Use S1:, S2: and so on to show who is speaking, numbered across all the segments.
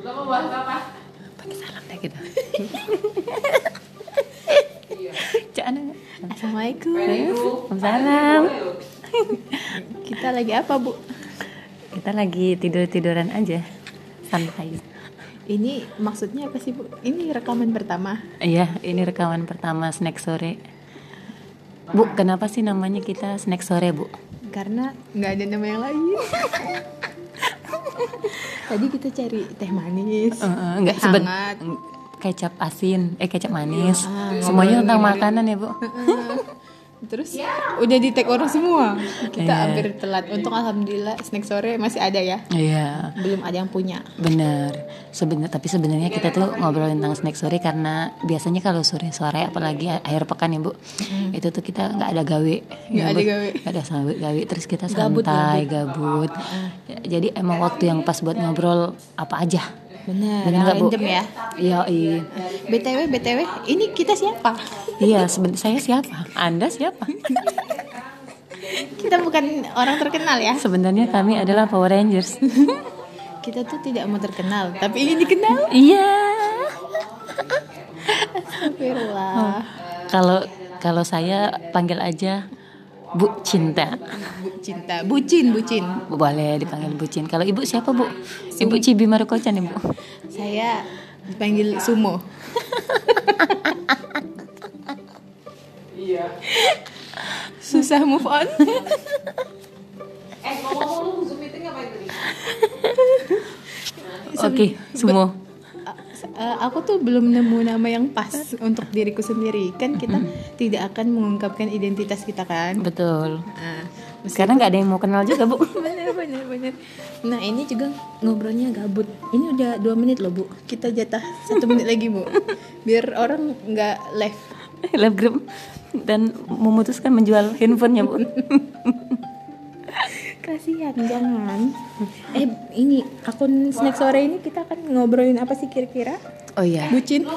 S1: Lo mau bahas apa?
S2: pakai salam deh kita
S1: Iya.
S2: jangan
S1: Pengen
S3: Assalamualaikum.
S1: dulu.
S2: Waalaikumsalam.
S1: Ada yang boleh, loh.
S3: Kita lagi apa, Bu?
S2: kita lagi tidur tiduran aja santai
S3: Ini maksudnya apa sih, Bu? Ini rekaman pertama.
S2: iya ini rekaman pertama snack sore bu kenapa sih namanya kita snack sore bu
S3: Karena nggak ada nama yang lain. Tadi kita cari teh manis.
S2: Eh,
S3: teh
S2: seben-
S3: hangat.
S2: kecap asin eh kecap manis
S3: Iya.
S2: semuanya tentang makanan ya bu
S3: Terus udah di take orang semua. Kita
S2: Iya.
S3: hampir telat. Untung alhamdulillah snack sore masih ada ya.
S2: iya
S3: Belum ada yang punya.
S2: Bener, sebenarnya tapi sebenarnya kita tuh ngobrol tentang snack sore karena biasanya kalau sore-sore apalagi a- akhir pekan ya bu, itu tuh kita nggak ada gawe, Ya,
S3: Mm-hmm. Nggak ada
S2: Bu.
S3: gawe.
S2: nggak ada gawe, gawe terus kita
S3: Gabut, Mm-hmm.
S2: santai, gabut. Ya, Jadi emang waktu yang pas buat ngobrol apa aja,
S3: Bener,
S2: bener nggak bu?
S3: random ya.
S2: Iya, iya,
S3: BTW, BTW, ini kita siapa?
S2: iya. seben- saya siapa? Anda siapa?
S3: Kita bukan orang terkenal ya.
S2: Sebenarnya kami adalah Power Rangers.
S3: Kita tuh tidak mau terkenal, tapi ingin dikenal.
S2: Iya. Oh.
S3: Astagfirullah.
S2: Kalau kalau saya panggil aja Bu Cinta.
S3: Bu cinta, bucin, bucin.
S2: Bu, Boleh dipanggil bucin. Kalau ibu siapa bu? Ibu Cibi Marukocan ibu.
S3: Saya dipanggil Sumo.
S1: Iya.
S3: Susah move on.
S1: Eh, ngomong-ngomong, Zoom meeting ngapain tadi?
S2: Oke, semua.
S3: Eh, aku tuh belum nemu nama yang pas untuk diriku sendiri. Kan kita tidak akan mengungkapkan identitas kita kan.
S2: Betul.
S3: Nah,
S2: Sekarang nggak ada yang mau kenal juga bu.
S3: bener bener bener. Nah ini juga ngobrolnya gabut. Ini udah dua menit loh bu. Kita jatah satu menit lagi bu. Biar orang nggak live.
S2: Lab group dan memutuskan menjual handphonenya bu.
S3: Kasihan jangan. Eh ini akun snack sore ini kita akan ngobrolin apa sih kira-kira?
S2: Oh iya,
S3: Bucin.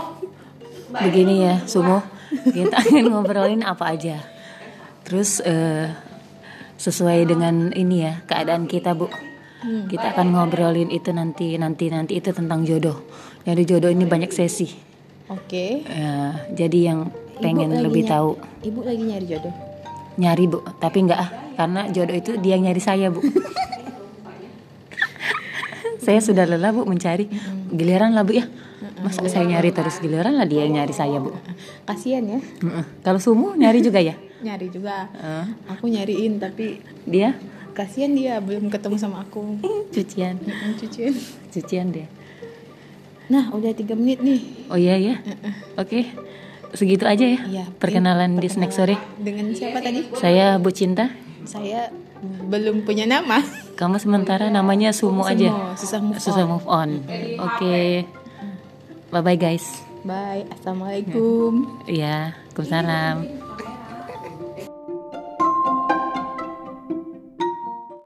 S2: begini ya Sumo. Kita akan ngobrolin apa aja. Terus eh, sesuai dengan ini ya keadaan kita bu. Kita akan ngobrolin itu nanti nanti nanti itu tentang jodoh. Jadi jodoh ini banyak sesi.
S3: Oke.
S2: Eh, jadi yang pengen
S3: lagi ya.
S2: lebih
S3: nyari-
S2: tahu
S3: Ibu lagi nyari jodoh.
S2: nyari bu tapi nggak ah karena jodoh itu dia yang nyari saya bu saya sudah lelah bu mencari giliran lah bu ya masa saya nyari terus giliran lah dia yang nyari saya bu
S3: Kasihan ya.
S2: Mm-mm. kalau sumu nyari juga ya
S3: Nyari juga.
S2: Eh,
S3: Aku nyariin tapi
S2: dia
S3: kasihan dia belum ketemu sama aku.
S2: cucian
S3: Mm-mm, Cucian.
S2: cucian dia
S3: Nah, udah tiga menit nih.
S2: oh iya ya oke segitu aja ya
S3: Iya,
S2: perkenalan di snack sore
S3: Dengan siapa tadi?
S2: saya bu cinta
S3: Saya belum punya nama.
S2: kamu sementara namanya sumu aja
S3: Sumo, susah move on.
S2: susah move on. Oke. Bye bye guys.
S3: Bye. Assalamualaikum.
S2: Iya, Waalaikumsalam.